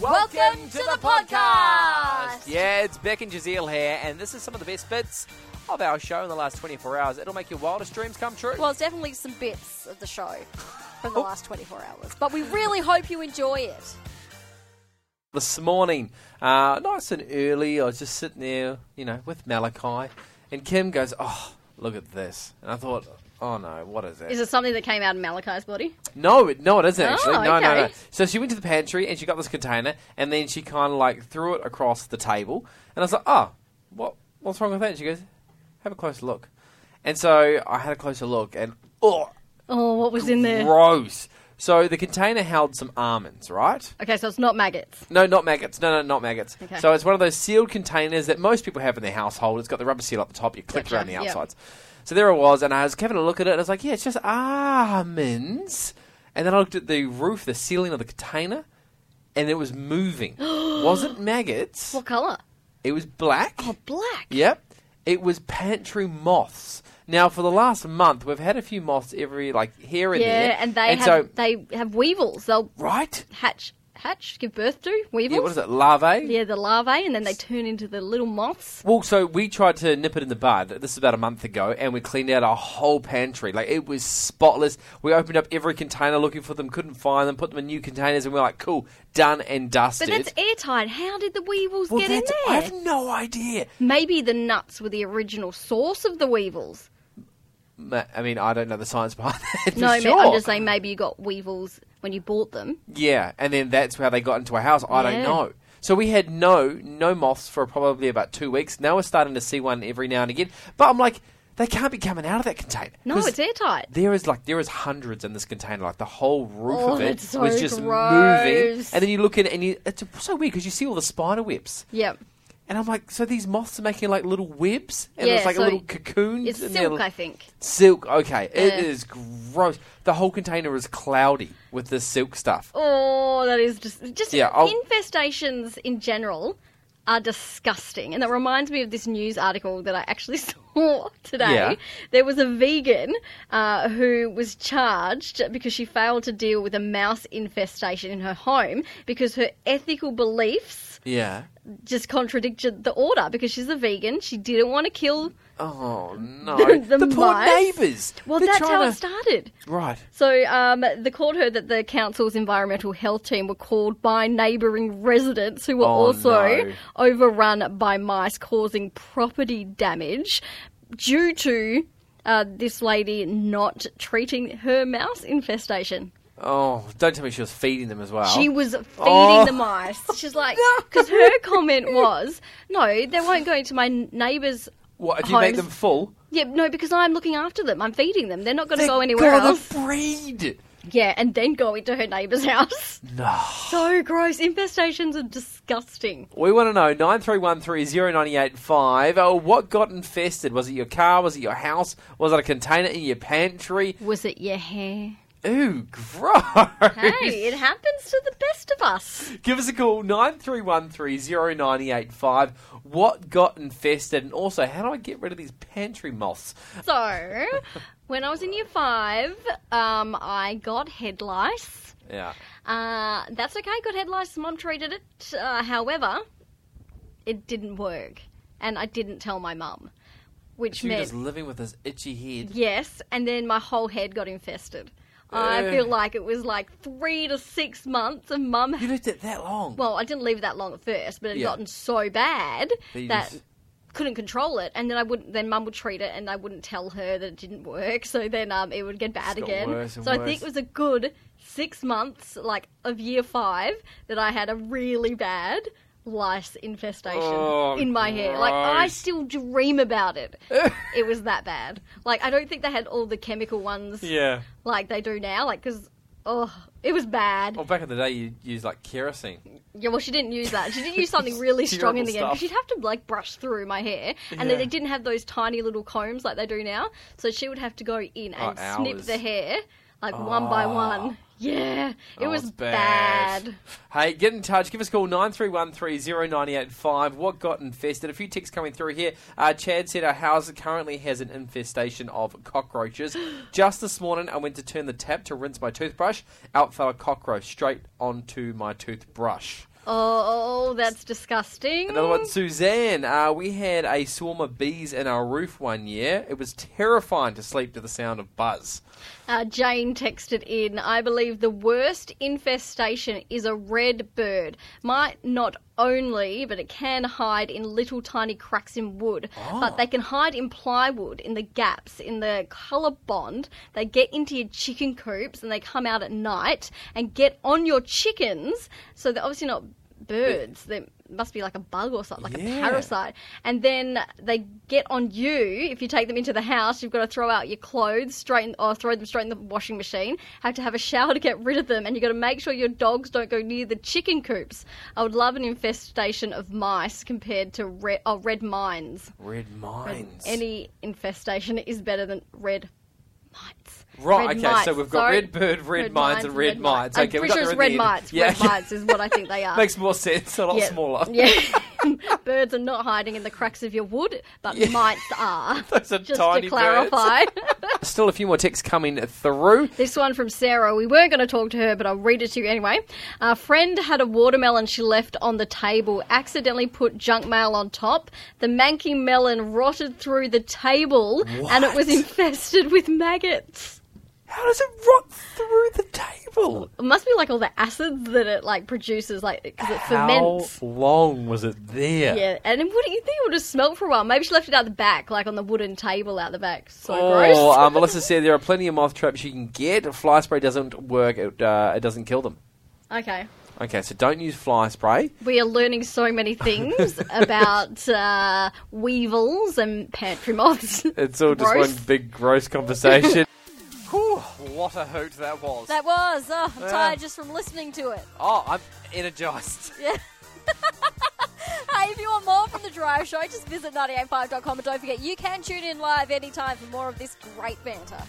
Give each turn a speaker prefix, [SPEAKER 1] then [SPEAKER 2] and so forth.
[SPEAKER 1] Welcome to the podcast.
[SPEAKER 2] Yeah, it's Beck and Giselle here, and this is some of the best bits of our show in the last 24 hours. It'll make your wildest dreams come true.
[SPEAKER 1] Well, it's definitely some bits of the show from the
[SPEAKER 2] Oh.
[SPEAKER 1] last 24 hours, but we really hope you enjoy it.
[SPEAKER 2] this morning, uh, nice and early, I was just sitting there, you know, with Malachi, and Kim goes, "Oh, look at this," and I thought. Oh no! What is it?
[SPEAKER 3] Is it something that came out of Malachi's body?
[SPEAKER 2] No, it- no, it isn't actually.
[SPEAKER 3] Oh,
[SPEAKER 2] No, no,
[SPEAKER 3] okay.
[SPEAKER 2] no. So she went to the pantry and she got this container, and then she kind of like threw it across the table, and I was like, "Oh, what? What's wrong with that?" And she goes, "Have a close look," and so I had a closer look, and oh,
[SPEAKER 3] Oh, what was in there?
[SPEAKER 2] gross. So the container held some almonds, right?
[SPEAKER 3] Okay, so it's not maggots.
[SPEAKER 2] No, not maggots. No, no, not maggots.
[SPEAKER 3] Okay.
[SPEAKER 2] So it's one of those sealed containers that most people have in their household. It's got the rubber seal at the top. You click
[SPEAKER 3] Gotcha,
[SPEAKER 2] around the
[SPEAKER 3] yep.
[SPEAKER 2] outsides. So there it was, and I was having a look at it. And I was like, yeah, it's just almonds. And then I looked at the roof, the ceiling of the container, and it was moving. Wasn't maggots.
[SPEAKER 3] What colour?
[SPEAKER 2] It was black.
[SPEAKER 3] Oh, black.
[SPEAKER 2] Yep. It was pantry moths. Now, for the last month, we've had a few moths every, like, here and there.
[SPEAKER 3] Yeah, and they have
[SPEAKER 2] so,
[SPEAKER 3] they have weevils. They'll
[SPEAKER 2] right?
[SPEAKER 3] hatch hatch give birth to weevils.
[SPEAKER 2] Yeah, what is it, larvae?
[SPEAKER 3] Yeah, the larvae, and then they turn into the little moths.
[SPEAKER 2] Well, so we tried to nip it in the bud. This is about a month ago, and we cleaned out our whole pantry. Like it was spotless. We opened up every container looking for them, couldn't find them, put them in new containers, and we're like, "Cool, done and dusted."
[SPEAKER 3] But that's airtight. How did the weevils
[SPEAKER 2] well,
[SPEAKER 3] get in
[SPEAKER 2] that's-
[SPEAKER 3] there?
[SPEAKER 2] I have no idea.
[SPEAKER 3] Maybe the nuts were the original source of the weevils.
[SPEAKER 2] Ma- I mean, I don't know the science behind that. for
[SPEAKER 3] no, ma-
[SPEAKER 2] sure.
[SPEAKER 3] I'm just saying maybe you got weevils when you bought them.
[SPEAKER 2] Yeah, and then that's how they got into our house. I don't
[SPEAKER 3] Yeah.
[SPEAKER 2] know. So we had no no moths for probably about two weeks. Now we're starting to see one every now and again. But I'm like, they can't be coming out of that container.
[SPEAKER 3] No,
[SPEAKER 2] 'Cause
[SPEAKER 3] it's airtight.
[SPEAKER 2] There is like there is hundreds in this container. Like the whole roof
[SPEAKER 3] Oh,
[SPEAKER 2] of it
[SPEAKER 3] that's so
[SPEAKER 2] was just moving.
[SPEAKER 3] gross.
[SPEAKER 2] And then you look in and you, it's so weird because you see all the spider webs.
[SPEAKER 3] Yep.
[SPEAKER 2] And I'm like, so these moths are making like little webs, and it's
[SPEAKER 3] Yeah,
[SPEAKER 2] like
[SPEAKER 3] so
[SPEAKER 2] a little cocoon.
[SPEAKER 3] It's
[SPEAKER 2] and they're-
[SPEAKER 3] silk, I think.
[SPEAKER 2] Silk. Okay,
[SPEAKER 3] Yeah.
[SPEAKER 2] it is gross. The whole container is cloudy with this silk stuff.
[SPEAKER 3] Oh, that is just just
[SPEAKER 2] Yeah, I'll-
[SPEAKER 3] infestations in general are disgusting, and that reminds me of this news article that I actually saw today.
[SPEAKER 2] Yeah.
[SPEAKER 3] There was a vegan uh, who was charged because she failed to deal with a mouse infestation in her home because her ethical beliefs
[SPEAKER 2] Yeah.
[SPEAKER 3] just contradicted the order. Because she's a vegan, she didn't want to kill.
[SPEAKER 2] Oh no!
[SPEAKER 3] The-
[SPEAKER 2] the,
[SPEAKER 3] the
[SPEAKER 2] poor
[SPEAKER 3] mice?
[SPEAKER 2] neighbours.
[SPEAKER 3] Well,
[SPEAKER 2] They're
[SPEAKER 3] that's
[SPEAKER 2] trying
[SPEAKER 3] how
[SPEAKER 2] to-
[SPEAKER 3] it started.
[SPEAKER 2] Right.
[SPEAKER 3] So um, the court heard that the council's environmental health team were called by neighbouring residents who were
[SPEAKER 2] Oh,
[SPEAKER 3] also
[SPEAKER 2] no.
[SPEAKER 3] overrun by mice, causing property damage due to uh, this lady not treating her mouse infestation.
[SPEAKER 2] Oh, don't tell me she was feeding them as well.
[SPEAKER 3] She was feeding
[SPEAKER 2] Oh.
[SPEAKER 3] the mice. She's like, because her comment was, no, they won't go into my neighbour's.
[SPEAKER 2] What if you make
[SPEAKER 3] homes.
[SPEAKER 2] them full?
[SPEAKER 3] Yeah, no, because I'm looking after them. I'm feeding them. They're not going to
[SPEAKER 2] They're
[SPEAKER 3] go anywhere
[SPEAKER 2] gonna
[SPEAKER 3] else.
[SPEAKER 2] breed.
[SPEAKER 3] Yeah, and then go into her neighbour's house.
[SPEAKER 2] No.
[SPEAKER 3] so gross. Infestations are disgusting.
[SPEAKER 2] We want to know nine three one three zero ninety eight five. Oh, what got infested? Was it your car? Was it your house? Was it a container in your pantry?
[SPEAKER 3] Was it your hair?
[SPEAKER 2] Ooh, gross.
[SPEAKER 3] Hey, it happens to the best of us.
[SPEAKER 2] Give us a call nine three one three zero ninety eight five. What got infested? And also, how do I get rid of these pantry moths?
[SPEAKER 3] So, when I was in year five, um, I got head lice.
[SPEAKER 2] Yeah.
[SPEAKER 3] Uh, that's okay, got head lice. Mom treated it. Uh, however, it didn't work, and I didn't tell my mum, which
[SPEAKER 2] She was
[SPEAKER 3] meant
[SPEAKER 2] just living with this itchy head.
[SPEAKER 3] Yes, and then my whole head got infested. I
[SPEAKER 2] Ugh.
[SPEAKER 3] feel like it was like three to six months, and mum.
[SPEAKER 2] You left it that long.
[SPEAKER 3] Well, I didn't leave it that long at first, but it had
[SPEAKER 2] Yeah.
[SPEAKER 3] gotten so bad
[SPEAKER 2] That you
[SPEAKER 3] that
[SPEAKER 2] just-
[SPEAKER 3] couldn't control it, and then I wouldn't. Then mum would treat it, and I wouldn't tell her that it didn't work. So then um, it would get bad
[SPEAKER 2] got
[SPEAKER 3] again.
[SPEAKER 2] worse
[SPEAKER 3] so
[SPEAKER 2] and
[SPEAKER 3] I
[SPEAKER 2] worse.
[SPEAKER 3] think it was a good six months, like of year five, that I had a really bad lice infestation
[SPEAKER 2] Oh,
[SPEAKER 3] in my hair. Like I
[SPEAKER 2] gross.
[SPEAKER 3] still dream about it. it was that bad. Like I don't think they had all the chemical ones
[SPEAKER 2] yeah.
[SPEAKER 3] like they do now. Like because. Oh, it was bad.
[SPEAKER 2] Well, back in the day, you used like kerosene.
[SPEAKER 3] Yeah, well, she didn't use that. She did use something really strong in the end
[SPEAKER 2] Terrible
[SPEAKER 3] because
[SPEAKER 2] stuff.
[SPEAKER 3] she'd have to like brush through my hair, and
[SPEAKER 2] Yeah.
[SPEAKER 3] then they didn't have those tiny little combs like they do now. So she would have to go in
[SPEAKER 2] Oh,
[SPEAKER 3] and snip
[SPEAKER 2] hours. Ah.
[SPEAKER 3] the hair like one by one. Yeah, it
[SPEAKER 2] Oh,
[SPEAKER 3] was
[SPEAKER 2] it's Hey, get in touch. Give us a call, 9313 What got infested? A few ticks coming through here. Uh, Chad said our house currently has an infestation of cockroaches. Just this morning, I went to turn the tap to rinse my toothbrush. Out fell a cockroach straight onto my toothbrush.
[SPEAKER 3] Oh, that's disgusting.
[SPEAKER 2] Another one, Suzanne. Uh, we had a swarm of bees in our roof one year. It was terrifying to sleep to the sound of buzz.
[SPEAKER 3] Uh, Jane texted in I believe the worst infestation is a red bird. Might not only, but it can hide in little tiny cracks in wood. But they can hide in plywood, in the gaps, in the colour bond. They get into your chicken coops and they come out at night and get on your chickens. So they're obviously not birds. They must be like a bug or something, like
[SPEAKER 2] Yeah.
[SPEAKER 3] a parasite. And then they get on you. If you take them into the house, you've got to throw out your clothes straight in, or throw them straight in the washing machine. Have to have a shower to get rid of them, and you've got to make sure your dogs don't go near the chicken coops. I would love an infestation of mice compared to red, oh, red mines.
[SPEAKER 2] Red mines.
[SPEAKER 3] Any infestation is better than red. mites.
[SPEAKER 2] Right,
[SPEAKER 3] Red
[SPEAKER 2] okay, so
[SPEAKER 3] mites,
[SPEAKER 2] we've got
[SPEAKER 3] sorry.
[SPEAKER 2] red bird, red mines, and red mites.
[SPEAKER 3] I'm
[SPEAKER 2] Okay, we
[SPEAKER 3] pretty
[SPEAKER 2] got
[SPEAKER 3] sure
[SPEAKER 2] there
[SPEAKER 3] it's
[SPEAKER 2] in
[SPEAKER 3] red
[SPEAKER 2] the end.
[SPEAKER 3] mites.
[SPEAKER 2] Yeah.
[SPEAKER 3] Red mites is what I think they are.
[SPEAKER 2] Makes more sense, a lot
[SPEAKER 3] uh, Yeah.
[SPEAKER 2] smaller.
[SPEAKER 3] Yeah. birds are not hiding in the cracks of your wood, but
[SPEAKER 2] Yeah.
[SPEAKER 3] mites are.
[SPEAKER 2] Those are
[SPEAKER 3] Just
[SPEAKER 2] tiny
[SPEAKER 3] to clarify.
[SPEAKER 2] Still a few more texts coming through.
[SPEAKER 3] this one from Sarah. We weren't going to talk to her, but I'll read it to you anyway. A friend had a watermelon she left on the table, accidentally put junk mail on top. The manky melon rotted through the table and it was
[SPEAKER 2] What?
[SPEAKER 3] infested with maggots.
[SPEAKER 2] How does it rot through the table?
[SPEAKER 3] It must be like all the acids that it like produces, like because it
[SPEAKER 2] How
[SPEAKER 3] ferments.
[SPEAKER 2] long was it there?
[SPEAKER 3] Yeah, and what do you think it would have smelt for a while? Maybe she left it out the back, like on the wooden table out the back. So
[SPEAKER 2] Oh,
[SPEAKER 3] gross.
[SPEAKER 2] uh, Melissa said there are plenty of moth traps you can get. Fly spray doesn't work; it, uh, it doesn't kill them.
[SPEAKER 3] okay,
[SPEAKER 2] Okay, so don't use fly spray.
[SPEAKER 3] we are learning so many things about uh, weevils and pantry moths.
[SPEAKER 2] It's all just
[SPEAKER 3] Gross.
[SPEAKER 2] one big gross conversation. Whew, what a hoot that was!
[SPEAKER 1] That was. Oh, I'm
[SPEAKER 2] Yeah.
[SPEAKER 1] tired just from listening to it.
[SPEAKER 2] oh, I'm energized.
[SPEAKER 1] Yeah. hey, if you want more from The Drive Show, just visit 985.com and don't forget you can tune in live anytime for more of this great banter.